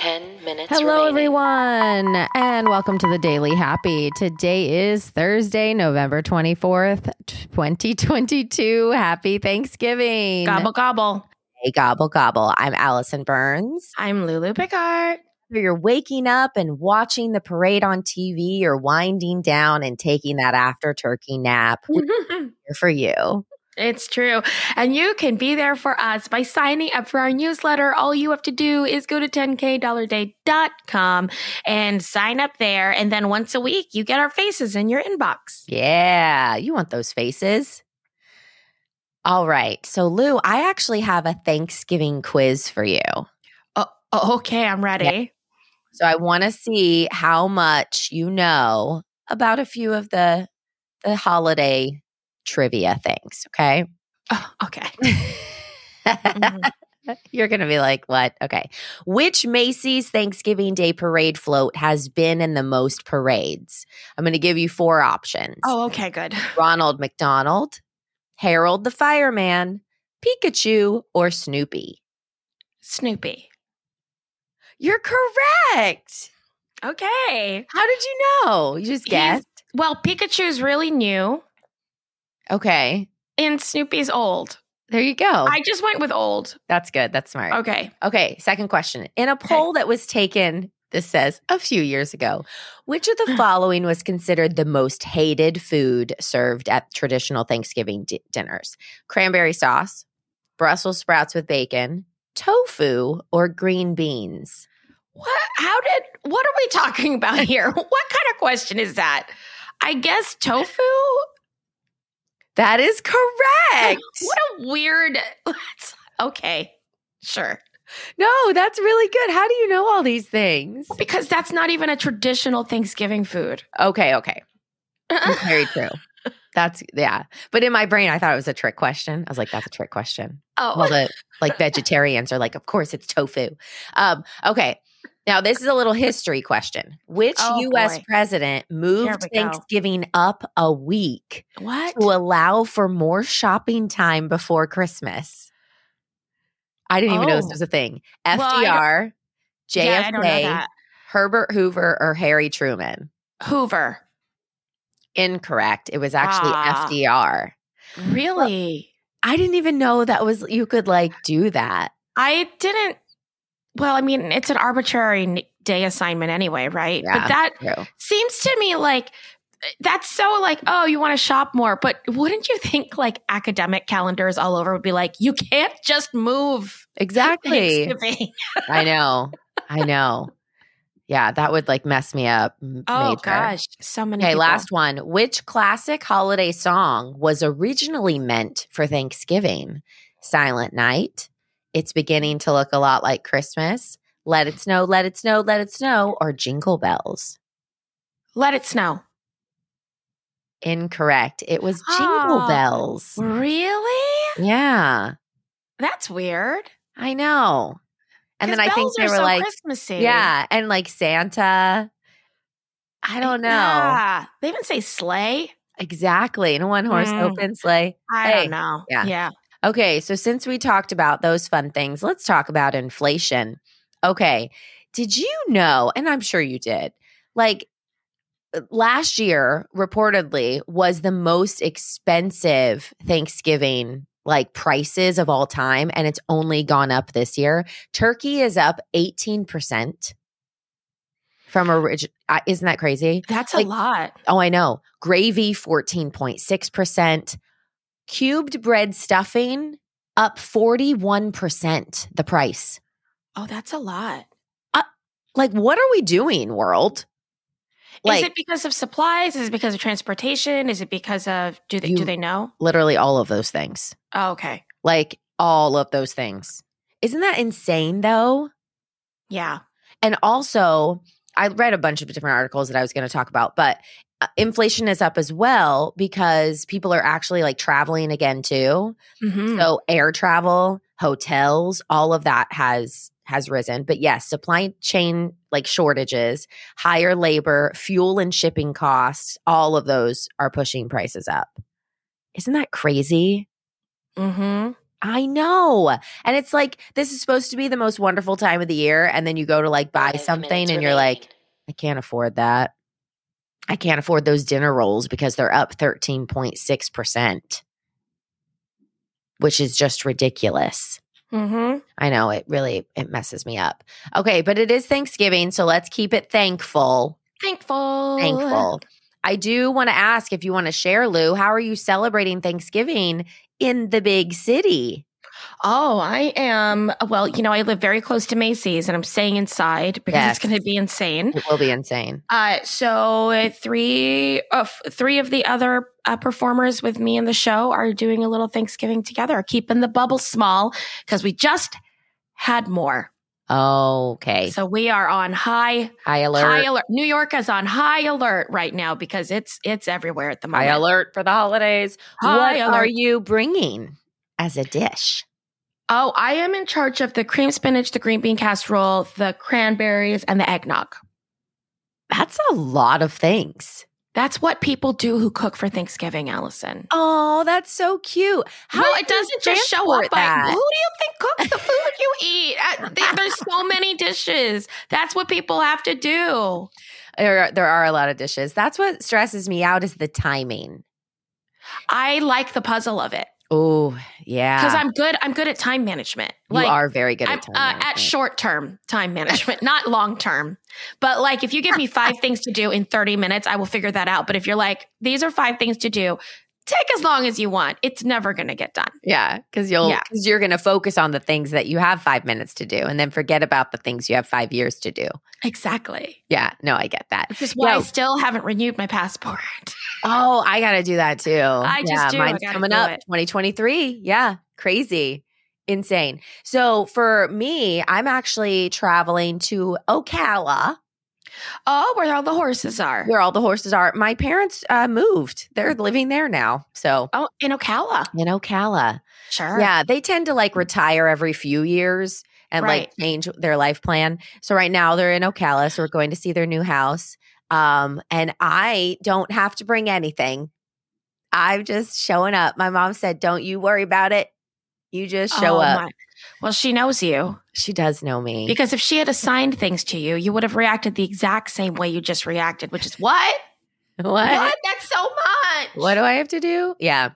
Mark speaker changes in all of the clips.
Speaker 1: 10 minutes
Speaker 2: Hello,
Speaker 1: remaining.
Speaker 2: everyone, and welcome to the Daily Happy. Today is Thursday, November 24th, 2022. Happy Thanksgiving.
Speaker 3: Gobble gobble.
Speaker 2: Hey, gobble, gobble. I'm Allison Burns.
Speaker 3: I'm Lulu Picard.
Speaker 2: Whether You're waking up and watching the parade on TV or winding down and taking that after turkey nap. We're here for you.
Speaker 3: it's true. And you can be there for us by signing up for our newsletter. All you have to do is go to 10kdollarday.com and sign up there. And then once a week, you get our faces in your inbox.
Speaker 2: Yeah, you want those faces. All right. So, Lou, I actually have a Thanksgiving quiz for you.
Speaker 3: Oh, okay, I'm ready.
Speaker 2: So I want to see how much you know about a few of the the holiday trivia things, okay?
Speaker 3: Oh, okay. Mhm.
Speaker 2: You're going to be like, "What?" Okay. Which Macy's Thanksgiving Day parade float has been in the most parades? I'm going to give you four options.
Speaker 3: Oh, okay, good.
Speaker 2: Ronald McDonald, Harold the Fireman, Pikachu, or Snoopy.
Speaker 3: Snoopy.
Speaker 2: You're correct.
Speaker 3: Okay.
Speaker 2: How did you know? You just
Speaker 3: He's-
Speaker 2: guessed.
Speaker 3: Well, Pikachu's really new
Speaker 2: Okay.
Speaker 3: and Snoopy's old.
Speaker 2: There you go.
Speaker 3: I just went with old.
Speaker 2: That's good. That's smart. Okay.
Speaker 3: Okay.
Speaker 2: second question. In a poll that was taken, this says a few years ago, which of the following was considered the most hated food served at traditional Thanksgiving di- dinners? Cranberry sauce, Brussels sprouts with bacon, tofu, or green beans?
Speaker 3: What? How did? What are we talking about here? what kind of question is that? I guess tofu.
Speaker 2: That is correct.
Speaker 3: What a weird. okay, sure.
Speaker 2: no, that's really good. How do you know all these things?
Speaker 3: Because that's not even a traditional Thanksgiving food.
Speaker 2: Okay, okay. Very true. That's yeah. But in my brain, I thought it was a trick question. I was like, that's a trick question. Well,
Speaker 3: oh,
Speaker 2: the like vegetarians are like, of course it's tofu. Um, okay. Now this is a little history question. Which
Speaker 3: Oh,
Speaker 2: US
Speaker 3: boy.
Speaker 2: president
Speaker 3: Here
Speaker 2: moved
Speaker 3: we go.
Speaker 2: Thanksgiving up a week
Speaker 3: what?
Speaker 2: to allow for more shopping time before Christmas? I didn't even know this
Speaker 3: Oh.
Speaker 2: was a thing.
Speaker 3: Well, I don't-
Speaker 2: FDR, JFK,
Speaker 3: Yeah, I don't know that.
Speaker 2: Herbert Hoover, or Harry Truman.
Speaker 3: Hoover.
Speaker 2: Incorrect. It was actually
Speaker 3: Ah.
Speaker 2: FDR.
Speaker 3: Really?
Speaker 2: I didn't even know that was you could like do that.
Speaker 3: I didn't. Well, I mean, it's an arbitrary n- day assignment anyway, right?
Speaker 2: Yeah.
Speaker 3: But that
Speaker 2: True.
Speaker 3: seems to me like eh, that's so like oh you want to shop more but wouldn't you think like academic calendars all over would be like you can't just move
Speaker 2: Exactly.
Speaker 3: Thanksgiving.
Speaker 2: I know. I know. Yeah, that would like mess me up. m-
Speaker 3: oh
Speaker 2: major.
Speaker 3: gosh so many
Speaker 2: Okay,
Speaker 3: people.
Speaker 2: last one. Which classic holiday song was originally meant for Thanksgiving? Silent Night. It's beginning to look a lot like Christmas. Let it snow, let it snow, let it snow, or Jingle Bells.
Speaker 3: let it snow
Speaker 2: Incorrect. It was Jingle
Speaker 3: Oh.
Speaker 2: Bells.
Speaker 3: really
Speaker 2: Yeah,
Speaker 3: that's weird
Speaker 2: I know. And then
Speaker 3: 'Cause
Speaker 2: I think
Speaker 3: bells
Speaker 2: they
Speaker 3: are
Speaker 2: were
Speaker 3: so
Speaker 2: like,
Speaker 3: Christmassy.
Speaker 2: yeah, and like Santa. I don't know.
Speaker 3: Yeah. they even say sleigh
Speaker 2: Exactly. And a one horse
Speaker 3: Mm.
Speaker 2: open sleigh.
Speaker 3: i
Speaker 2: Hey,
Speaker 3: don't know
Speaker 2: yeah.
Speaker 3: yeah
Speaker 2: Okay. So, since we talked about those fun things, let's talk about inflation. Okay. Did you know, and I'm sure you did, like uh, last year reportedly was the most expensive Thanksgiving like prices of all time and it's only gone up this year. Turkey is up 18% from original isn't that crazy?
Speaker 3: that's
Speaker 2: Like,
Speaker 3: a lot
Speaker 2: Oh, I know. Gravy, 14.6%. Cubed bread stuffing, up 41% the price.
Speaker 3: oh that's a lot
Speaker 2: Like, what are we doing, world? Like,
Speaker 3: is it because of supplies is it because of transportation is it because of do they
Speaker 2: You-
Speaker 3: do they know
Speaker 2: literally all of those things.
Speaker 3: oh, okay
Speaker 2: Like, all of those things. Isn't that insane, though?
Speaker 3: yeah
Speaker 2: And also, I read a bunch of different articles that I was going to talk about, but uh, inflation is up as well because people are actually like traveling again, too.
Speaker 3: Mhm.
Speaker 2: So air travel, hotels, all of that has has risen. But yes, supply chain like shortages, higher labor, fuel and shipping costs, all of those are pushing prices up. Isn't that crazy?
Speaker 3: Mm-hmm.
Speaker 2: I know. And it's like, this is supposed to be the most wonderful time of the year. And then you go to like buy
Speaker 1: Five
Speaker 2: something and
Speaker 1: minutes
Speaker 2: you're
Speaker 1: remaining.
Speaker 2: like, I can't afford that. I can't afford those dinner rolls because they're up 13.6%, which is just ridiculous.
Speaker 3: Mm-hmm.
Speaker 2: I know it really it messes me up. Okay, but it is Thanksgiving, so let's keep it thankful.
Speaker 3: Thankful.
Speaker 2: Thankful. I do want to ask if you want to share Lou, how are you celebrating Thanksgiving in the big city?
Speaker 3: Oh, I am. Well, you know, I live very close to Macy's and I'm staying inside because
Speaker 2: Yes.
Speaker 3: it's going to be insane.
Speaker 2: It will be insane.
Speaker 3: Uh, so uh, three of three of the other uh, performers with me in the show are doing a little Thanksgiving together, keeping the bubble small because we just had more.
Speaker 2: Okay.
Speaker 3: So we are on high
Speaker 2: high alert.
Speaker 3: high
Speaker 2: High,
Speaker 3: alert. New York is on high alert right now because it's it's everywhere at the moment.
Speaker 2: alert for the holidays.
Speaker 3: High
Speaker 2: what are
Speaker 3: alert.
Speaker 2: you bringing as a dish?
Speaker 3: Oh, I am in charge of the cream spinach, the green bean casserole, the cranberries, and the eggnog.
Speaker 2: That's a lot of things.
Speaker 3: That's what people do who cook for Thanksgiving, Allison.
Speaker 2: Oh, that's so cute.
Speaker 3: well,
Speaker 2: did
Speaker 3: it
Speaker 2: you
Speaker 3: doesn't just show
Speaker 2: transport
Speaker 3: up. Like,
Speaker 2: that?
Speaker 3: who do you think cooks the food you eat? Uh, th- There's so many dishes. That's what people have to do.
Speaker 2: there are, there are a lot of dishes. That's what stresses me out is the timing.
Speaker 3: I like the puzzle of it
Speaker 2: Oh, yeah.
Speaker 3: because I'm good. I'm good at time management.
Speaker 2: you are very good
Speaker 3: I'm,
Speaker 2: at
Speaker 3: uh,
Speaker 2: time
Speaker 3: at
Speaker 2: management.
Speaker 3: short term time management, not long term. But like, if you give me five things to do in 30 minutes, I will figure that out. But if you're like, these are five things to do, take as long as you want. It's never going to get done.
Speaker 2: Yeah, because you'll
Speaker 3: Yeah.
Speaker 2: because you're going to focus on the things that you have five minutes to do, and then forget about the things you have five years to do.
Speaker 3: Exactly.
Speaker 2: Yeah, no, I get that.
Speaker 3: Which is why I
Speaker 2: Yeah.
Speaker 3: still haven't renewed my passport.
Speaker 2: Oh, I got to do that too. I
Speaker 3: just do. I
Speaker 2: Mine's
Speaker 3: gotta
Speaker 2: coming
Speaker 3: do
Speaker 2: up
Speaker 3: it.
Speaker 2: 2023. Yeah, crazy, insane. So for me, I'm actually traveling to Ocala,
Speaker 3: Oh, where all the horses are.
Speaker 2: where all the horses are. My parents uh, moved; they're living there now. So
Speaker 3: Oh, in Ocala.
Speaker 2: in Ocala,
Speaker 3: Sure.
Speaker 2: Yeah, they tend to like retire every few years and
Speaker 3: Right.
Speaker 2: like change their life plan. So right now they're in Ocala, so we're going to see their new house. Um, and I don't have to bring anything. I'm just showing up. My mom said, "Don't you worry about it. You just show
Speaker 3: Oh,
Speaker 2: up."
Speaker 3: my- Well, she knows you
Speaker 2: She does know me.
Speaker 3: because if she had assigned things to you, you would have reacted the exact same way you just reacted, which is what?
Speaker 2: What?
Speaker 3: What? That's so much.
Speaker 2: What do I have to do? Yeah.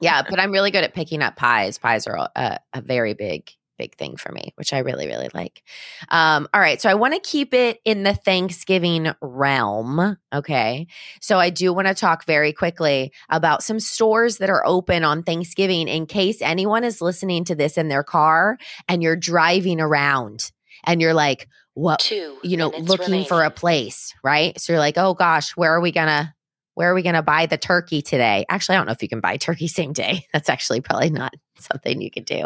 Speaker 2: Yeah, but I'm really good at picking up pies. Pies are a, a very big, big thing for me, which I really, really like. Um, all right. So I want to keep it in the Thanksgiving realm. Okay. So I do want to talk very quickly about some stores that are open on Thanksgiving in case anyone is listening to this in their car and you're driving around and you're like, what
Speaker 1: Two.
Speaker 2: you know
Speaker 1: minutes
Speaker 2: looking for a
Speaker 1: remaining.
Speaker 2: place right so you're like oh gosh where are we gonna where are we gonna buy the turkey today actually i don't know if you can buy turkey same day that's actually probably not something you could do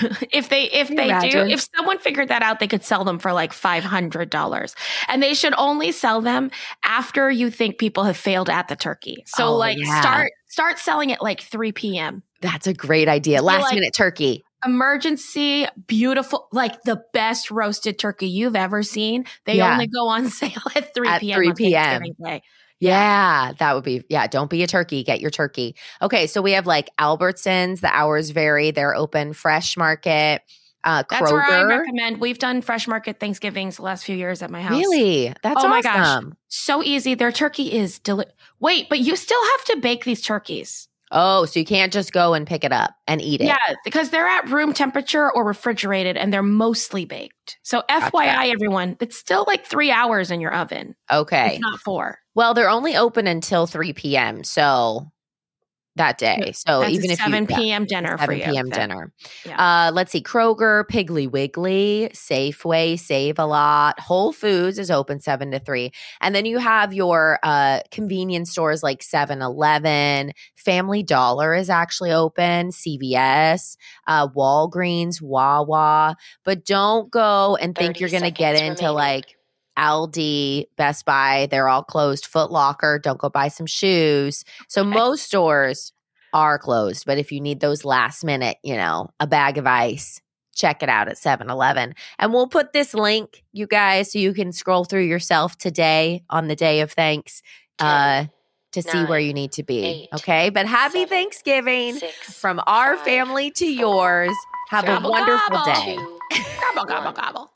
Speaker 3: if they if
Speaker 2: Can you
Speaker 3: they
Speaker 2: imagine?
Speaker 3: do if someone figured that out they could sell them for like $500 and they should only sell them after you think people have failed at the turkey so
Speaker 2: Oh,
Speaker 3: like
Speaker 2: yeah.
Speaker 3: start start selling at like 3 p.m
Speaker 2: that's a great idea
Speaker 3: Just be
Speaker 2: last
Speaker 3: like-
Speaker 2: minute turkey
Speaker 3: emergency beautiful like the best roasted turkey you've ever seen they
Speaker 2: Yeah.
Speaker 3: only go on sale at 3
Speaker 2: At
Speaker 3: p.m
Speaker 2: 3
Speaker 3: on
Speaker 2: p.m..
Speaker 3: Thanksgiving Day.
Speaker 2: yeah that would be yeah don't be a turkey get your turkey okay so we have like albertsons the hours vary they're open fresh market uh
Speaker 3: that's where i
Speaker 2: kroger
Speaker 3: recommend we've done fresh market thanksgivings the last few years at my house
Speaker 2: really that's
Speaker 3: Oh my gosh.
Speaker 2: awesome
Speaker 3: so easy their turkey is deli- wait but you still have to bake these turkeys
Speaker 2: oh so you can't just go and pick it up and eat it
Speaker 3: Yeah, because they're at room temperature or refrigerated and they're mostly baked. So,
Speaker 2: Gotcha.
Speaker 3: FYI, everyone, it's still like three hours in your oven.
Speaker 2: okay
Speaker 3: It's not four.
Speaker 2: Well, they're only open until 3 p.m. So that day. So Oh,
Speaker 3: That's
Speaker 2: even
Speaker 3: a
Speaker 2: if
Speaker 3: 7
Speaker 2: you, yeah,
Speaker 3: p.m. dinner for
Speaker 2: 7
Speaker 3: you.
Speaker 2: p.m.
Speaker 3: That-
Speaker 2: dinner.
Speaker 3: Yeah.
Speaker 2: Uh, let's see, Kroger, Piggly Wiggly, Safeway, Save a Lot, Whole Foods is open 7 to 3. And then you have your uh, convenience stores like 7 Eleven, Family Dollar is actually open, CVS, uh, Walgreens, Wawa. But don't go and think
Speaker 1: 30
Speaker 2: you're going to get
Speaker 1: seconds
Speaker 2: into
Speaker 1: remaining.
Speaker 2: like Aldi, Best Buy, they're all closed. Foot Locker, don't go buy some shoes. So most stores are closed, but if you need those last minute, you know, a bag of ice, check it out at 7-Eleven. And we'll put this link, you guys, so you can scroll through yourself today on the day of thanks. Uh to see where you need to be.
Speaker 1: eight,
Speaker 2: okay. But happy
Speaker 1: seven,
Speaker 2: Thanksgiving
Speaker 1: Six,
Speaker 2: from our
Speaker 1: five,
Speaker 2: family to yours. Have
Speaker 3: Gobble,
Speaker 2: a wonderful
Speaker 3: gobble.
Speaker 2: day.
Speaker 1: two,
Speaker 3: Gobble, gobble,
Speaker 1: one.
Speaker 3: gobble.